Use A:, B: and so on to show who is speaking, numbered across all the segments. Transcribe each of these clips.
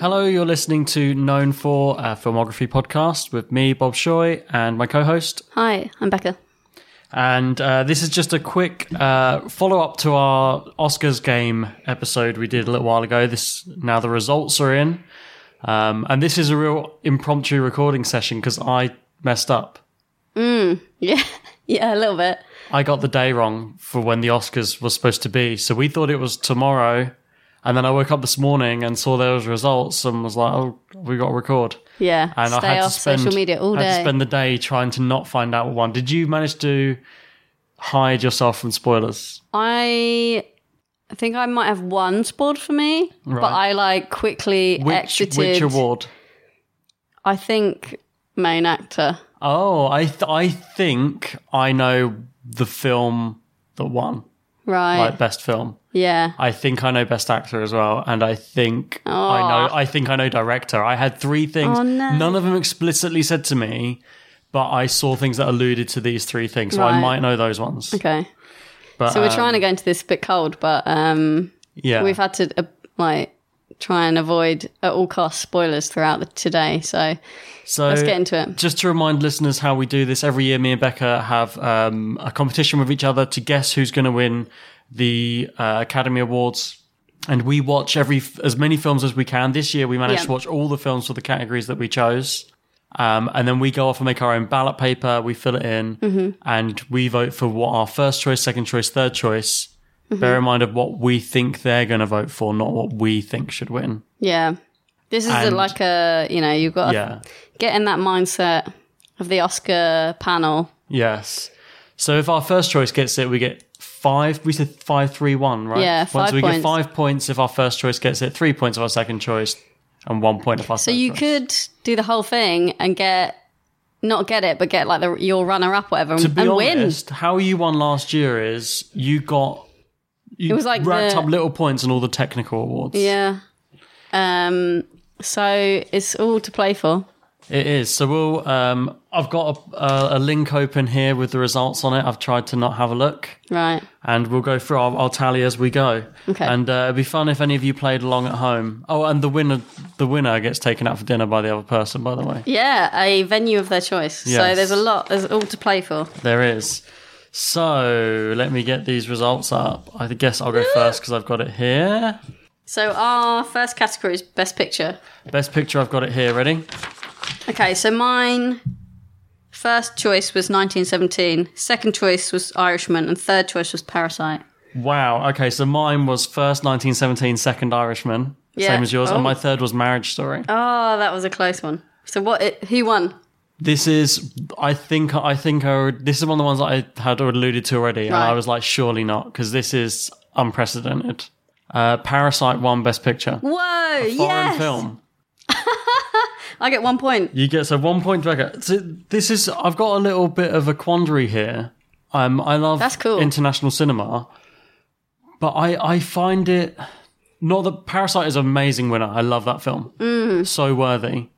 A: Hello, you're listening to Known for a filmography podcast with me, Bob Shoy, and my co-host.
B: Hi, I'm Becca.
A: And uh, this is just a quick uh, follow-up to our Oscars game episode we did a little while ago. This now the results are in, um, and this is a real impromptu recording session because I messed up.
B: Yeah, yeah, a little bit.
A: I got the day wrong for when the Oscars was supposed to be. So we thought it was tomorrow. And then I woke up this morning and saw those results and was like, oh, we got to record.
B: Yeah,
A: And
B: stay
A: I had
B: off
A: to spend,
B: social media all
A: I had to
B: day.
A: spend the day trying to not find out what one. Did you manage to hide yourself from spoilers?
B: I think I might have one spoiled for me, but I like quickly
A: Which,
B: exited.
A: which award?
B: I think main actor.
A: Oh, I, th- I think I know the film that won,
B: Right.
A: like best film.
B: yeah.
A: I think I know best actor as well, and I think I know I think I know director. I had three things.
B: Oh, no.
A: None of them explicitly said to me, but I saw things that alluded to these three things. So I
B: Right.
A: might know those ones.
B: Okay.
A: But,
B: So we're
A: um,
B: trying to go into this a bit cold, but um,
A: Yeah,
B: we've had to uh, like try and avoid at all costs spoilers throughout the today. So
A: so
B: let's get into it.
A: Just to remind listeners how we do this every year, me and Becca have um, a competition with each other to guess who's going to win the uh, Academy Awards. And we watch every as many films as we can. This year, we managed
B: Yeah.
A: to watch all the films for the categories that we chose. Um, and then we go off and make our own ballot paper. We fill it in,
B: Mm-hmm.
A: and we vote for what our first choice, second choice, third choice.
B: Mm-hmm.
A: Bear in mind of what we think they're going to vote for, not what we think should win.
B: Yeah. This is a,
A: And-
B: like a, you know, you've got to
A: yeah.
B: get in that mindset of the Oscar panel.
A: Yes. So if our first choice gets it, we get five. We said five, three, one, right?
B: Yeah,
A: One,
B: five
A: so we get
B: points.
A: five points if our first choice gets it, three points if our second choice, and one point if our.
B: So you could do the whole thing and get, not get it, but get like the, your runner up, whatever, and,
A: to be
B: and
A: honest, how you won last year is you got. You
B: It was like
A: racked
B: the-
A: up little points in all the technical awards.
B: win. Yeah. Um, so it's all to play for.
A: It is. So we'll. Um, I've got a, a, a link open here with the results on it. I've tried to not have a look.
B: Right.
A: and we'll go through. I'll, I'll tally as we go.
B: Okay.
A: And uh, it'd be fun if any of you played along at home. Oh, and the winner, the winner gets taken out for dinner by the other person. By the way,
B: Yeah. A venue of their choice. So
A: Yes.
B: there's a lot, there's all to play for.
A: there is. So let me get these results up. I guess I'll go first because I've got it here.
B: So our first category is best picture.
A: Best picture, I've got it here. Ready?
B: Okay, so mine first choice was 1917, second choice was Irishman, and third choice was Parasite.
A: Wow. Okay, so mine was first 1917, second Irishman,
B: Yeah.
A: same as yours, and
B: Oh.
A: my third was Marriage Story.
B: Oh, that was a close one. So what? It, who won?
A: This is, I think, I think, I, this is one of the ones that I had alluded to already, and
B: Right.
A: I was like, surely not, because this is unprecedented. Uh, Parasite won Best Picture,
B: Whoa!
A: foreign
B: yes,
A: film.
B: I get one point.
A: You get so one point, Becca. So this is, I've got a little bit of a quandary here. Um, I love
B: That's cool.
A: international cinema, but I, I find it not that Parasite is an amazing winner. I love that film,
B: Mm.
A: so worthy.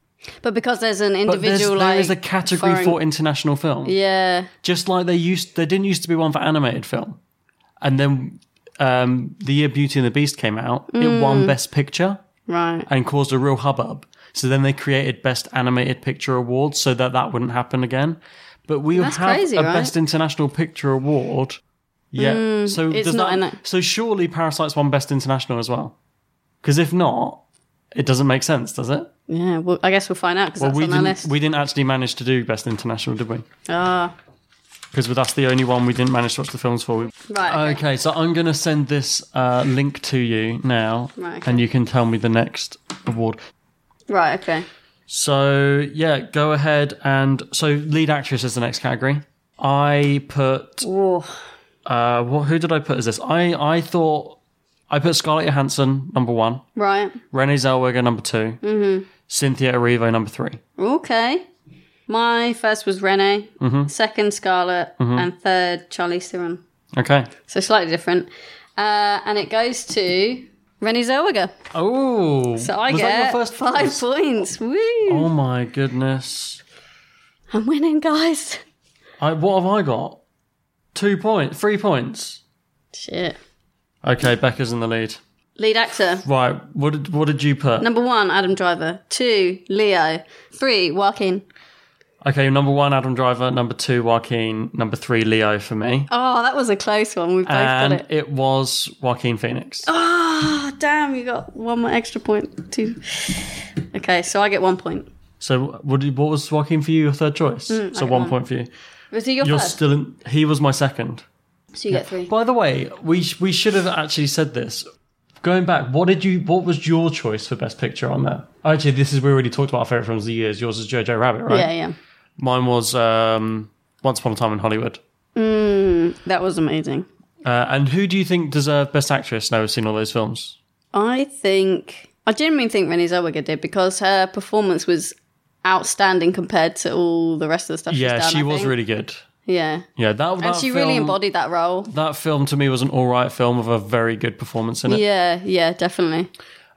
B: But because there's an
A: But there's,
B: individual, like
A: there is a category
B: foreign-
A: for international film.
B: yeah,
A: just like they used there didn't used to be one for animated film and then
B: Mm.
A: um, the year beauty and the beast came out it won best picture
B: right.
A: and caused a real hubbub So then they created Best Animated Picture Awards so that that wouldn't happen again. But we
B: That's
A: have
B: crazy,
A: a
B: right? Mm.
A: Best International Picture Award. Yeah. so
B: it's
A: does
B: not
A: that,
B: in it.
A: so surely Parasite's won Best International as well. Because if not, it doesn't make sense, does it?
B: Yeah, well, I guess we'll find out because
A: Well,
B: that's
A: we
B: on our
A: didn't,
B: list.
A: we didn't actually manage to do Best International, did we?
B: Ah,
A: Because that's the only one we didn't manage to watch the films for. We-
B: right. Okay.
A: Okay, so I'm going to send this uh, link to you now,
B: Right, okay.
A: and you can tell me the next award.
B: Right. Okay.
A: So yeah, go ahead and so lead actress is the next category. I put
B: Ooh.
A: uh, what? Who did I put as this? I I thought I put Scarlett Johansson number one,
B: Right.
A: Renee Zellweger number 2
B: Mm-hmm.
A: Cynthia Erivo number three.
B: Okay. My first was Rene,
A: Mm-hmm.
B: second Scarlett, and third Charlie Theron.
A: Okay.
B: So slightly different. Uh, and it goes to Renee Zellweger.
A: Oh,
B: So I
A: was
B: get
A: that your first
B: five
A: choice?
B: points. Woo!
A: Oh my goodness!
B: I'm winning, guys.
A: I what have I got? Two points, three points.
B: Shit.
A: Okay, Becca's in the lead.
B: Lead actor.
A: Right, what did what did you put?
B: Number one, Adam Driver. Two, Leo. Three, Joaquin.
A: Okay, number one, Adam Driver. Number two, Joaquin. Number three, Leo for me.
B: Oh, that was a close one. We both
A: and
B: got
A: it.
B: it.
A: was Joaquin Phoenix.
B: Oh, damn, you got one more extra point. Two. Okay, so I get one point.
A: So, what, did- what was Joaquin for you? Your third choice.
B: Mm,
A: so one point for you.
B: Was he your
A: You're
B: first?
A: still in. He was my second.
B: so you get three.
A: By the way, we sh- we should have actually said this. Going back, what did you? What was your choice for best picture on there? Actually, this is we already talked about our favorite films of the years. Yours is Jojo Rabbit, right?
B: Yeah, yeah.
A: Mine was um, Once Upon a Time in Hollywood.
B: That was amazing.
A: Uh, and who do you think deserved best actress? Now we've seen all those films.
B: I think I genuinely think Renee Zellweger did because her performance was outstanding compared to all the rest of the stuff. she's
A: Yeah,
B: done,
A: she
B: I
A: was
B: think.
A: really good.
B: Yeah,
A: Yeah, that,
B: and
A: that
B: she
A: film,
B: really embodied that role.
A: that film to me was an all right film with a very good performance in it.
B: Yeah, yeah, definitely.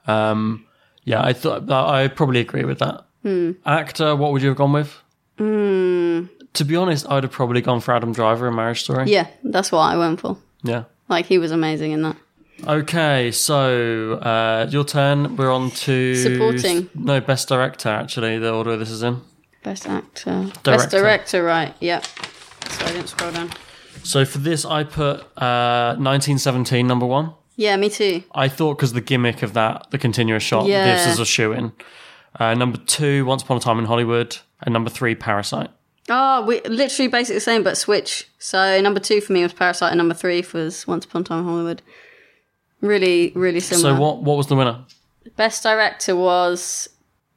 A: Um, yeah, I thought I probably agree with that.
B: Hmm.
A: Actor, what would you have gone with? To be honest, I'd have probably gone for Adam Driver in Marriage Story.
B: Yeah, that's what I went for.
A: Yeah.
B: Like he was amazing in that.
A: Okay, so uh, your turn. We're on to
B: Supporting.
A: No, best director. Actually, the order this is in.
B: Best actor, best
A: Director.
B: director, right? Yeah. So I didn't scroll down.
A: So for this, I put uh, 1917 number one.
B: Yeah, me too.
A: I thought because the gimmick of that, the continuous shot,
B: Yeah.
A: this is a shoe in. Uh, number two, Once Upon a Time in Hollywood, and number three, Parasite.
B: Oh, we literally basically the same, but switch. So number two for me was Parasite, and number three was Once Upon a Time in Hollywood. Really, really similar.
A: So what what was the winner?
B: Best director was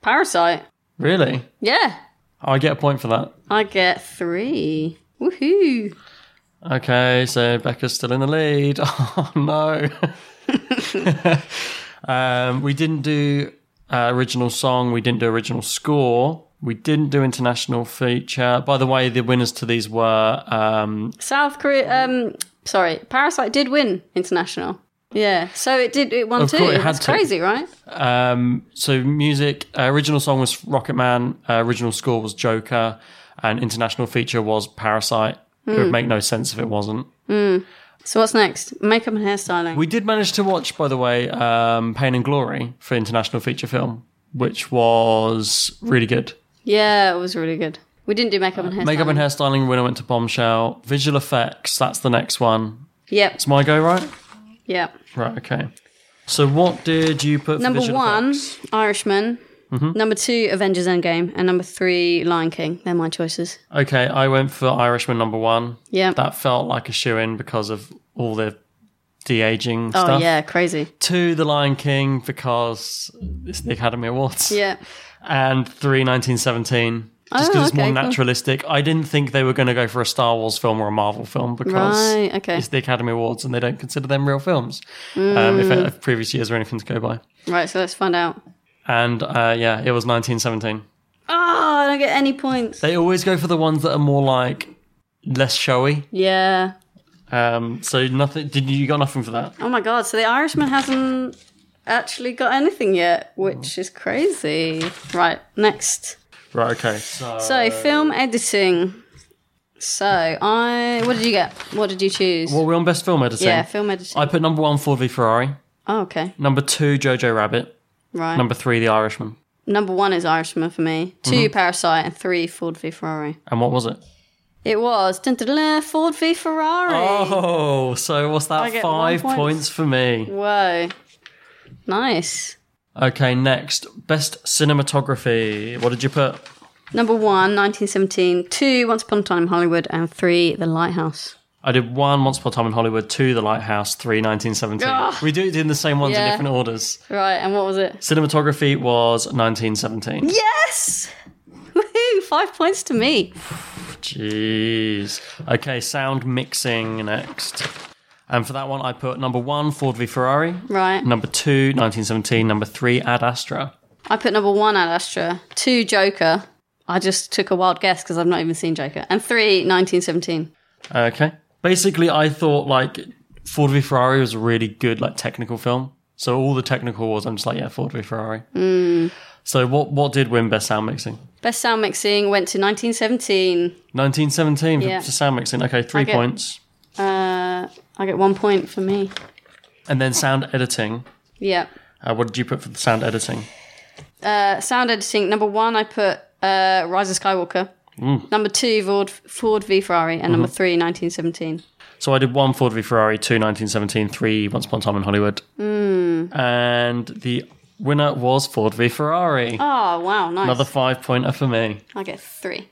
B: Parasite.
A: Really?
B: Yeah,
A: Oh, I get a point for that.
B: I get three. Woohoo!
A: Okay, so Becca's still in the lead. Oh no. um, we didn't do uh, original song. We didn't do original score. We didn't do international feature. By the way, the winners to these were um,
B: South Korea. Um, sorry, Parasite did win international. Yeah, so it did. It won
A: Of
B: too.
A: course it had
B: That's
A: to.
B: crazy, right?
A: Um, so music, uh, original song was Rocket Man, uh, original score was Joker, and international feature was Parasite. It
B: Hmm.
A: would make no sense if it wasn't.
B: So what's next? Makeup and hairstyling.
A: We did manage to watch, by the way, um, Pain and Glory for international feature film, which was really good.
B: yeah, it was really good. We didn't do makeup and hairstyling.
A: Makeup and hairstyling winner went to Bombshell. Visual effects, that's the next one.
B: Yep.
A: It's my go, right?
B: Yep.
A: Right, okay. So what did you put for
B: Number
A: visual
B: one,
A: effects?
B: Irishman.
A: Mm-hmm.
B: Number two, Avengers Endgame, and number three, Lion King. They're my choices.
A: Okay, I went for Irishman number one.
B: Yeah.
A: That felt like a shoe in because of all the de aging
B: Oh
A: stuff.
B: yeah, crazy.
A: Two, The Lion King because it's the Academy Awards.
B: Yeah.
A: And three, 1917. Just
B: Oh,
A: because it's more
B: okay, cool.
A: naturalistic. I didn't think they were going to go for a Star Wars film or a Marvel film because
B: Right, okay.
A: it's the Academy Awards and they don't consider them real films, um, if,
B: Mm.
A: if previous years are anything to go by.
B: Right, so let's find out.
A: And uh, yeah, it was 1917.
B: Oh, I don't get any points.
A: They always go for the ones that are more like less showy.
B: Yeah.
A: Um, so nothing. Did you, you got nothing for that?
B: Oh my god, so the Irishman hasn't actually got anything yet, which is crazy. Right, next.
A: Right. Okay. So
B: So, film editing. So, I. What did you get? What did you choose?
A: well, we're on best film editing.
B: yeah, film editing.
A: I put number one Ford v Ferrari,
B: oh, okay.
A: number two Jojo Rabbit,
B: Right.
A: number three The Irishman.
B: number one is Irishman for me, 2 Parasite, and three Ford v Ferrari.
A: And what was it?
B: It was dun, dun, dun, dun, Ford v Ferrari.
A: Oh, so what's
B: I
A: that?
B: get
A: Five
B: one point.
A: points for me.
B: Whoa, nice.
A: Okay, next. Best cinematography. What did you put?
B: Number one, 1917. Two, Once Upon a Time in Hollywood, and three, The Lighthouse.
A: I did one Once Upon a Time in Hollywood, two The Lighthouse, three 1917. We do it in the same ones in
B: Yeah.
A: different orders.
B: Right, and what was it?
A: Cinematography was 1917.
B: Yes, woohoo! Five points to me.
A: Jeez. Okay, sound mixing next. And for that one, I put number one, Ford v Ferrari.
B: Right,
A: Number two, 1917. Number three, Ad Astra.
B: I put number one Ad Astra, two Joker. I just took a wild guess because I've not even seen Joker, and three 1917.
A: Okay. Basically, I thought like Ford v Ferrari was a really good like technical film. So all the technical was, I'm just like, yeah, Ford v Ferrari.
B: Mm.
A: So what what did win best sound mixing?
B: Best sound mixing went to 1917.
A: 1917
B: Yeah.
A: for for sound mixing. Okay, three
B: Okay.
A: points.
B: Uh, I get one point for me.
A: And then sound editing.
B: Yeah.
A: Uh, what did you put for the sound editing?
B: Uh, sound editing number one, I put uh, Rise of Skywalker.
A: Mm.
B: Number two, Ford, Ford v Ferrari, and
A: Mm-hmm.
B: number three, 1917.
A: So I did one Ford v Ferrari, two 1917, three Once Upon a Time in Hollywood.
B: Mm.
A: And the winner was Ford v Ferrari.
B: Oh wow, nice.
A: Another five pointer for me.
B: I get three.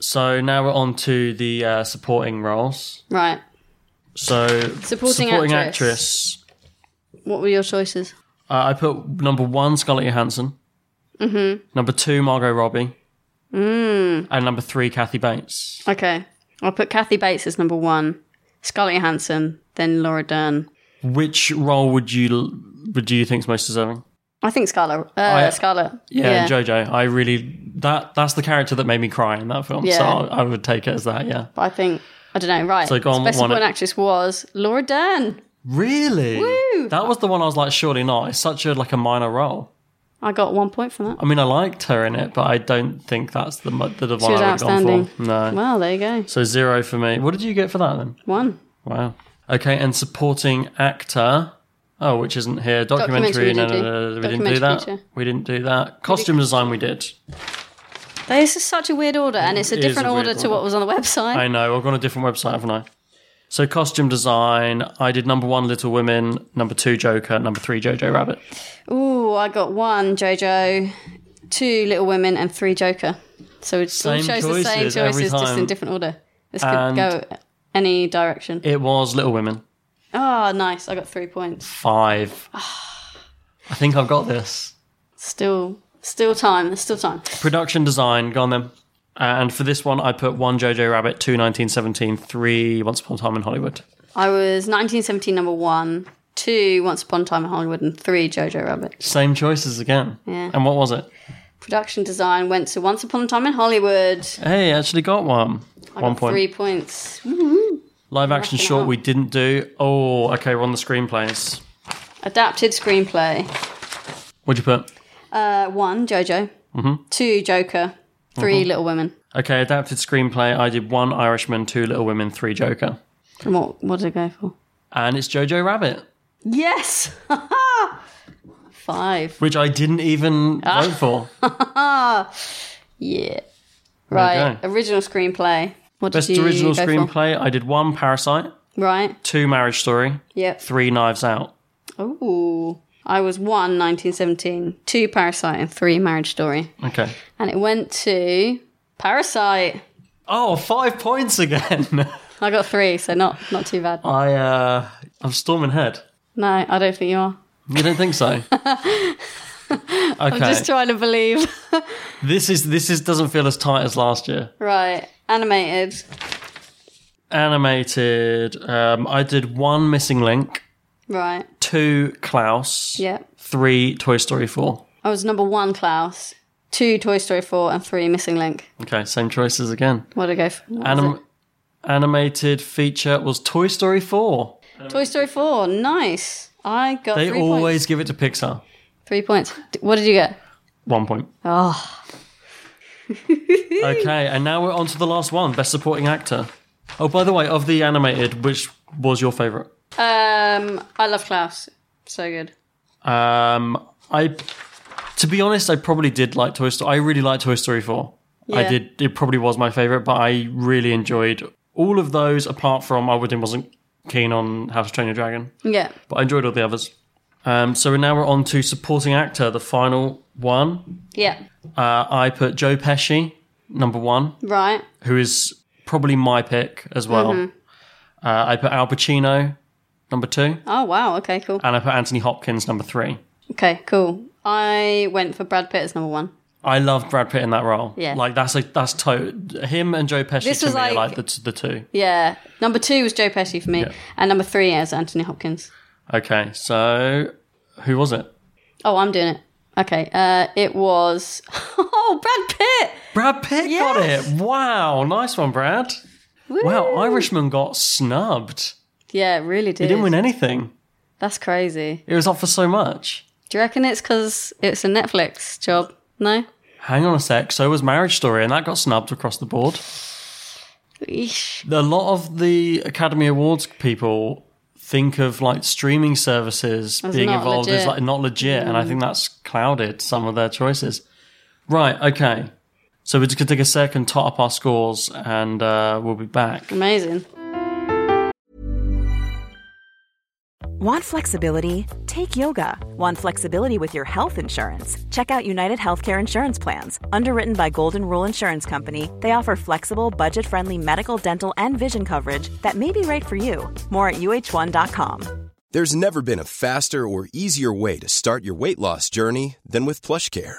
A: So now we're on to the uh, supporting roles.
B: Right.
A: So
B: Supporting actress.
A: actress.
B: What were your choices?
A: uh, I put number one Scarlett Johansson, number two Margot Robbie, and number three Kathy Bates.
B: Okay, I'll put Kathy Bates as number one, Scarlett Johansson, then Laura Dern.
A: Which role would you would you think's most deserving?
B: I think Scarlett. Uh,
A: I-
B: Scarlett.
A: Oh, Yeah, and JoJo. I really that that's the character that made me cry in that film. So
B: Yeah.
A: I, I would take it as that. Yeah,
B: But I think I don't know. Right.
A: So go on,
B: Best
A: what one-
B: supporting actress was Laura Dern.
A: really. That was the one I was like, surely not. It's such a like a minor role.
B: I got one point for that.
A: I mean, I liked her in it, but I don't think that's the mo- the, the
B: She
A: one
B: was
A: I would have gone
B: outstanding.
A: for. No.
B: Well, there you go.
A: So zero for me. What did you get for that then?
B: One.
A: Wow. Okay, and supporting actor. Oh, which isn't here. Documentary.
B: Documentary we
A: no,
B: did
A: no, no, no,
B: do.
A: we didn't do that.
B: Documentary, yeah.
A: We didn't do that. Costume design, we did.
B: This is such a weird order, and it's a
A: It is
B: different
A: a weird
B: order to what
A: order.
B: was on the website.
A: I know. I've gone on a different website, haven't I? So costume design. I did number one, Little Women. Number two, Joker. Number three, Jojo Rabbit.
B: Ooh, I got one JoJo, two Little Women, and three Joker. So it all
A: Same
B: shows the same
A: choices every
B: choices, just in
A: time.
B: different order. This could
A: And-
B: go any direction.
A: It was Little Women.
B: Oh, nice. I got three points.
A: Five.
B: Ah.
A: I think I've got this.
B: Still, still time. There's still time.
A: Production design. Go on then. Uh, And for this one, I put one Jojo Rabbit, two 1917, three Once Upon a Time in Hollywood.
B: I was 1917 number one, two Once Upon a Time in Hollywood, and three Jojo Rabbit.
A: Same choices again.
B: Yeah.
A: And what was it?
B: Production design went to Once Upon a Time in Hollywood.
A: Hey, I actually got one.
B: I
A: one
B: got
A: point.
B: Three points.
A: Live action
B: Wrapping it
A: short
B: up.
A: we didn't do. Oh, okay, we're on the screenplays.
B: Adapted screenplay.
A: What'd you put?
B: Uh, one JoJo,
A: Mm-hmm.
B: two Joker, 3 Little Women.
A: Okay, adapted screenplay. I did one Irishman, two Little Women, three Joker.
B: And what what did I go for?
A: And it's Jojo Rabbit,
B: Yes, five.
A: which I didn't even
B: Ah.
A: vote for. There
B: Yeah,
A: you
B: right.
A: go.
B: Original screenplay. What
A: Best
B: did you
A: original
B: go
A: screenplay. I did one Parasite,
B: For? Right.
A: two Marriage Story,
B: Yep.
A: three Knives Out.
B: Ooh. I was one, 1917, two Parasite, and three Marriage Story.
A: Okay.
B: And it went to Parasite.
A: Oh, five points again.
B: I got three, so not not too bad.
A: I uh I'm storming head.
B: No, I don't think you are.
A: You don't think so? okay.
B: Just trying to believe.
A: This is this is doesn't feel as tight as last year.
B: right. Animated.
A: Animated. Um, I did one missing link,
B: Right.
A: two Klaus,
B: Yeah.
A: three Toy Story four.
B: I was number one, Klaus. Two, Toy Story 4, and three, Missing Link.
A: Okay, same choices again.
B: What did I go for? What was
A: Anim- animated feature was Toy Story four.
B: it? Toy Story 4. Nice. I got
A: They
B: Oh, three
A: always
B: points.
A: give it to Pixar.
B: Three points. D- What did you get?
A: One point.
B: Oh,
A: Okay, and now we're on to the last one, best supporting actor. Oh, by the way, of the animated, which was your favorite?
B: um, I love Klaus. So good.
A: Um, I To be honest, I probably did like Toy Story. I really liked Toy Story 4. I
B: Yeah.
A: did. It probably was my favorite, but I really enjoyed all of those apart from I wouldn't- wasn't keen on How to Train Your Dragon,
B: Yeah.
A: but I enjoyed all the others. Um, so now we're on to supporting actor, the final one.
B: Yeah.
A: Uh, I put Joe Pesci, number one,
B: Right.
A: who is probably my pick as well.
B: Mm-hmm.
A: Uh, I put Al Pacino, number two,
B: Oh wow. Okay. Cool.
A: and I put Anthony Hopkins, number three.
B: Okay. Cool. I went for Brad Pitt as number one.
A: I love Brad Pitt in that role.
B: Yeah.
A: like that's like that's to him and Joe Pesci
B: This
A: to me are
B: was
A: like
B: like-
A: the the two.
B: Yeah. Number two was Joe Pesci for me,
A: Yeah.
B: and number three is Anthony Hopkins.
A: Okay, so who was it?
B: Oh, I'm doing it. Okay. Uh, it was oh Brad Pitt.
A: Brad Pitt
B: Yes.
A: got it. Wow, nice one, Brad. Wow, Irishman got snubbed.
B: Yeah, it really did.
A: He didn't win anything.
B: That's crazy.
A: It was up for so much.
B: Do you reckon it's because it's a Netflix job? No.
A: Hang on a sec. So was Marriage Story, and that got snubbed across the board.
B: Eesh.
A: A lot of the Academy Awards people think of like streaming services
B: As
A: being
B: not
A: involved as
B: legit. Mm.
A: like not legit, and I think that's clouded some of their choices. Right. Okay. So we're just gonna take a second, tot up our scores, and uh, we'll be back.
B: Amazing.
C: Want flexibility? Take yoga. Want flexibility with your health insurance? Check out United Healthcare Insurance Plans. Underwritten by Golden Rule Insurance Company, they offer flexible, budget friendly medical, dental, and vision coverage that may be right for you. More at uh1.com.
D: There's never been a faster or easier way to start your weight loss journey than with PlushCare.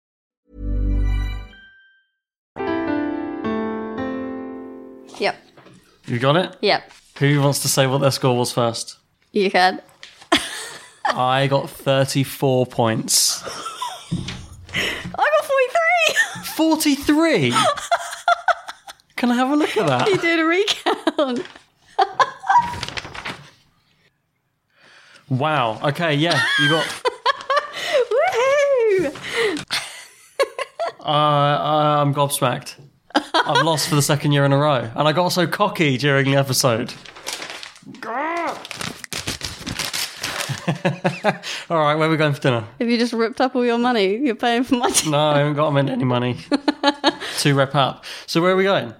B: Yep.
A: You got it.
B: Yep.
A: Who wants to say what their score was first?
B: You can.
A: I got 34 points.
B: I got forty-three.
A: 43? Can I have a look at that?
B: did a recount.
A: Wow. Okay, yeah. You got.
B: Woohoo!
A: Uh, I'm gobsmacked. I've lost for the second year in a row. And I got so cocky during the episode. All right, where are we going for dinner?
B: Have you just ripped up all your money? You're paying for my tea.
A: No, I haven't got any money to wrap up. So, where are we going?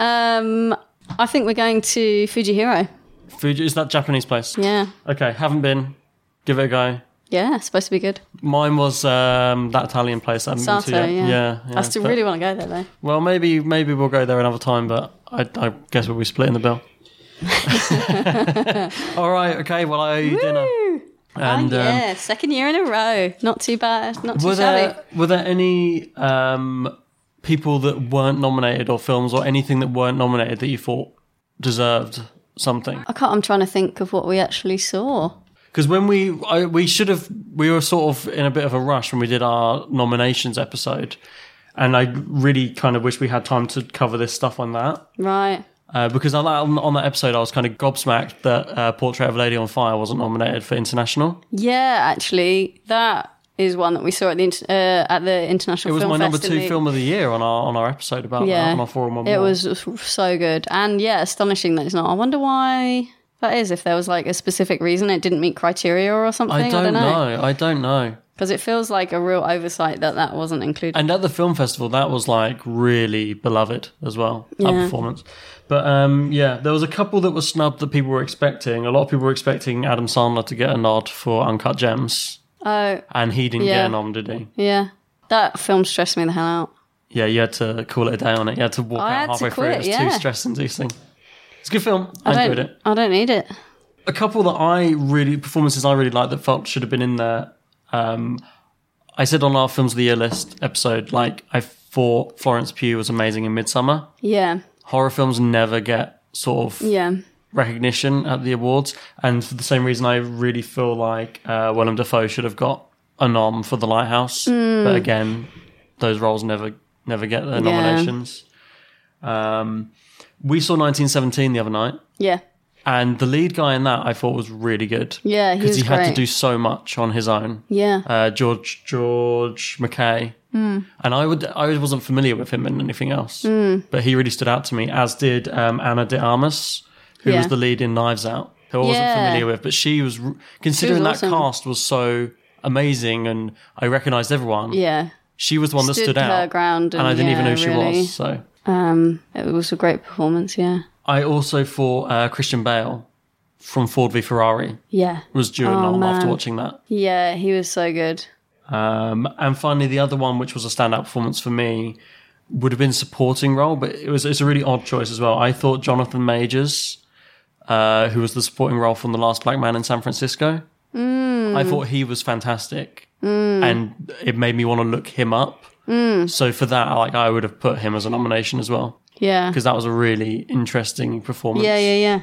B: Um, I think we're going to Fuji Hero.
A: Fuji, is that Japanese place?
B: Yeah.
A: Okay, haven't been. Give it a go.
B: Yeah, it's supposed to be good.
A: Mine was um, that Italian place. I haven't been
B: Sato,
A: to
B: yeah.
A: yet. yeah, yeah,
B: I still
A: but-
B: really want to go there, though.
A: Well, maybe maybe we'll go there another time, but I, I guess we'll be splitting the bill. All right, okay. Well, I owe you dinner. And
B: oh,
A: um,
B: yeah, second year in a row. Not too bad. Not too
A: were
B: shabby.
A: there were there any um, people that weren't nominated or films or anything that weren't nominated that you thought deserved something?
B: I can't. I'm trying to think of what we actually saw.
A: Because when we I, we should have we were sort of in a bit of a rush when we did our nominations episode, and I really kind of wish we had time to cover this stuff on that.
B: Right.
A: Uh, because on that, on that episode, I was kind of gobsmacked that uh, Portrait of a Lady on Fire wasn't nominated for international.
B: Yeah, actually, that is one that we saw at the inter- uh, at the
A: It
B: international.
A: was
B: Film
A: my number
B: Fest in
A: two
B: the-
A: film of the year on our on our episode about that,
B: Yeah,
A: on our forum. on
B: it
A: War.
B: was so good, and yeah, astonishing that it's not. I wonder why that is. If there was like a specific reason it didn't meet criteria or something,
A: I don't,
B: know.
A: know. I don't know.
B: Because it feels like a real oversight that that wasn't included.
A: And at the film festival, that was like really beloved as well. That performance. But um, yeah, there was a couple that were snubbed that people were expecting. A lot of people were expecting Adam Sandler to get a nod for Uncut Gems,
B: oh,
A: and he didn't
B: Yeah.
A: get a nom, did he?
B: yeah, that film stressed me the hell out.
A: Yeah, you had to call it a day on it. You had to walk
B: I
A: out
B: had to
A: halfway through. It
B: quit,
A: was too
B: yeah.
A: stress inducing. It's a good film. I,
B: I
A: enjoyed
B: don't.
A: it.
B: I don't need it.
A: A couple that I really performances I really liked that felt should have been in there. Um, I said on our films of the year list episode, like I thought Florence Pugh was amazing in Midsummer.
B: Yeah.
A: Horror films never get sort of
B: Yeah.
A: recognition at the awards, and for the same reason, I really feel like uh, Willem Dafoe should have got a nom for The Lighthouse,
B: Mm.
A: but again, those roles never never get their nominations. Um, we saw 1917 the other night,
B: Yeah.
A: and the lead guy in that I thought was really good.
B: Yeah, he
A: because he,
B: was
A: had to
B: great.
A: do so much on his own.
B: Yeah.
A: Uh, George George McKay.
B: Hmm.
A: And I would I wasn't familiar with him in anything else, but he really stood out to me. As did um, Anna De Armas, who
B: Yeah.
A: was the lead in Knives Out, who I wasn't
B: Yeah.
A: familiar with, but she was r- considering that
B: awesome.
A: cast was so amazing, and I recognised everyone.
B: yeah.
A: She was the one that
B: Stood
A: stood
B: her
A: out,
B: ground
A: and I
B: and-
A: didn't even
B: yeah,
A: know who she
B: really.
A: was. So
B: Um, it was a great performance. Yeah.
A: I also thought uh, Christian Bale from Ford v Ferrari
B: Yeah.
A: was due a
B: Oh,
A: nom after
B: man.
A: watching that.
B: Yeah. He was so good.
A: Um, and finally, the other one, which was a standout performance for me, would have been supporting role, but it was it's a really odd choice as well. I thought Jonathan Majors, uh, who was the supporting role from The Last Black Man in San Francisco,
B: Mm.
A: I thought he was fantastic, and it made me want to look him up.
B: Mm.
A: So for that, like I would have put him as a nomination as well
B: Yeah.
A: because that was a really interesting performance.
B: Yeah. Yeah. Yeah.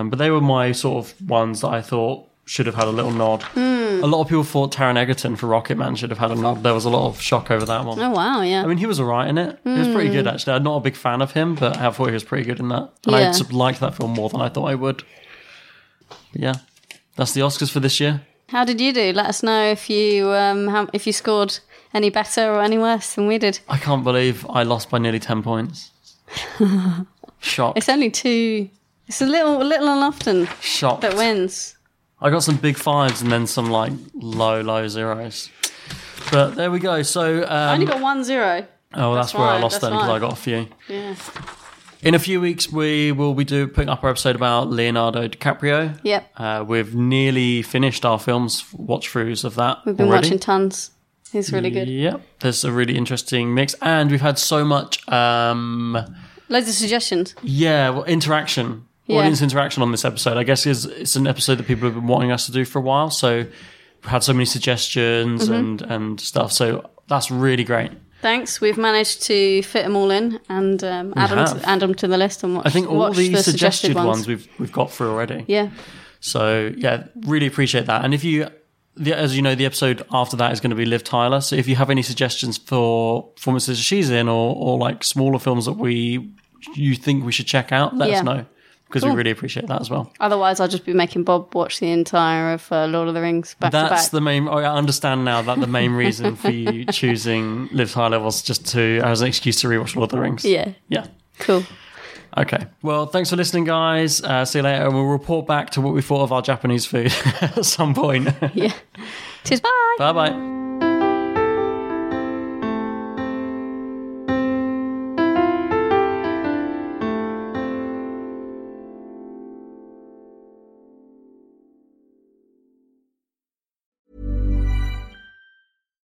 A: Um, but they were my sort of ones that I thought should have had a little nod.
B: Hmm.
A: A lot of people thought Taron Egerton for Rocket Man should have had a nod. There was a lot of shock over that one.
B: Oh Hmm. wow. Yeah.
A: I mean, he was alright in it. He was pretty good actually. I'm not a big fan of him, but I thought he was pretty good in that. And
B: Yeah.
A: I sort of liked that film more than I thought I would. But yeah, that's the Oscars for this year.
B: How did you do? Let us know if you um how, if you scored any better or any worse than we did.
A: I can't believe I lost by nearly ten points. Shock!
B: It's only two. It's a little little and often
A: Shocked.
B: that wins.
A: I got some big fives and then some like low, low zeros. But there we go. So
B: I
A: um,
B: only got one zero.
A: Oh, well, that's,
B: That's
A: where I
B: fine,
A: lost
B: that's
A: then because
B: fine.
A: I got a few.
B: Yeah.
A: In a few weeks, we will be do, putting up our episode about Leonardo DiCaprio.
B: Yep.
A: Uh, we've nearly finished our films watch throughs of that.
B: We've been
A: already.
B: watching tons. It's really good.
A: Yep, there's a really interesting mix, and we've had so much, um,
B: Loads of suggestions.
A: yeah, well, interaction,
B: Yeah.
A: audience interaction on this episode. I guess is it's an episode that people have been wanting us to do for a while, so we've had so many suggestions
B: Mm-hmm.
A: and and stuff. So that's really great.
B: Thanks. We've managed to fit them all in and um, add, them
A: have.
B: to, add 'em to the list and watch.
A: I think all
B: watch
A: the,
B: the
A: suggested, ones.
B: ones.
A: we've we've got through already.
B: yeah.
A: So yeah, really appreciate that. And if you, the, as you know, the episode after that is going to be Liv Tyler. So if you have any suggestions for performances she's in, or or like smaller films that we you think we should check out, let
B: Yeah.
A: us know because we really appreciate that as well.
B: Otherwise, I'll just be making Bob watch the entire of uh, Lord of the Rings back
A: That's
B: to
A: the main. I understand now that the main reason for you choosing Liv Tyler was just to as an excuse to rewatch Lord of the Rings.
B: back. Yeah.
A: Yeah.
B: Cool.
A: Okay. Well, thanks for listening, guys. Uh, see you later, and we'll report back to what we thought of our Japanese food at some point.
B: Yeah. Cheers. Bye.
A: bye bye.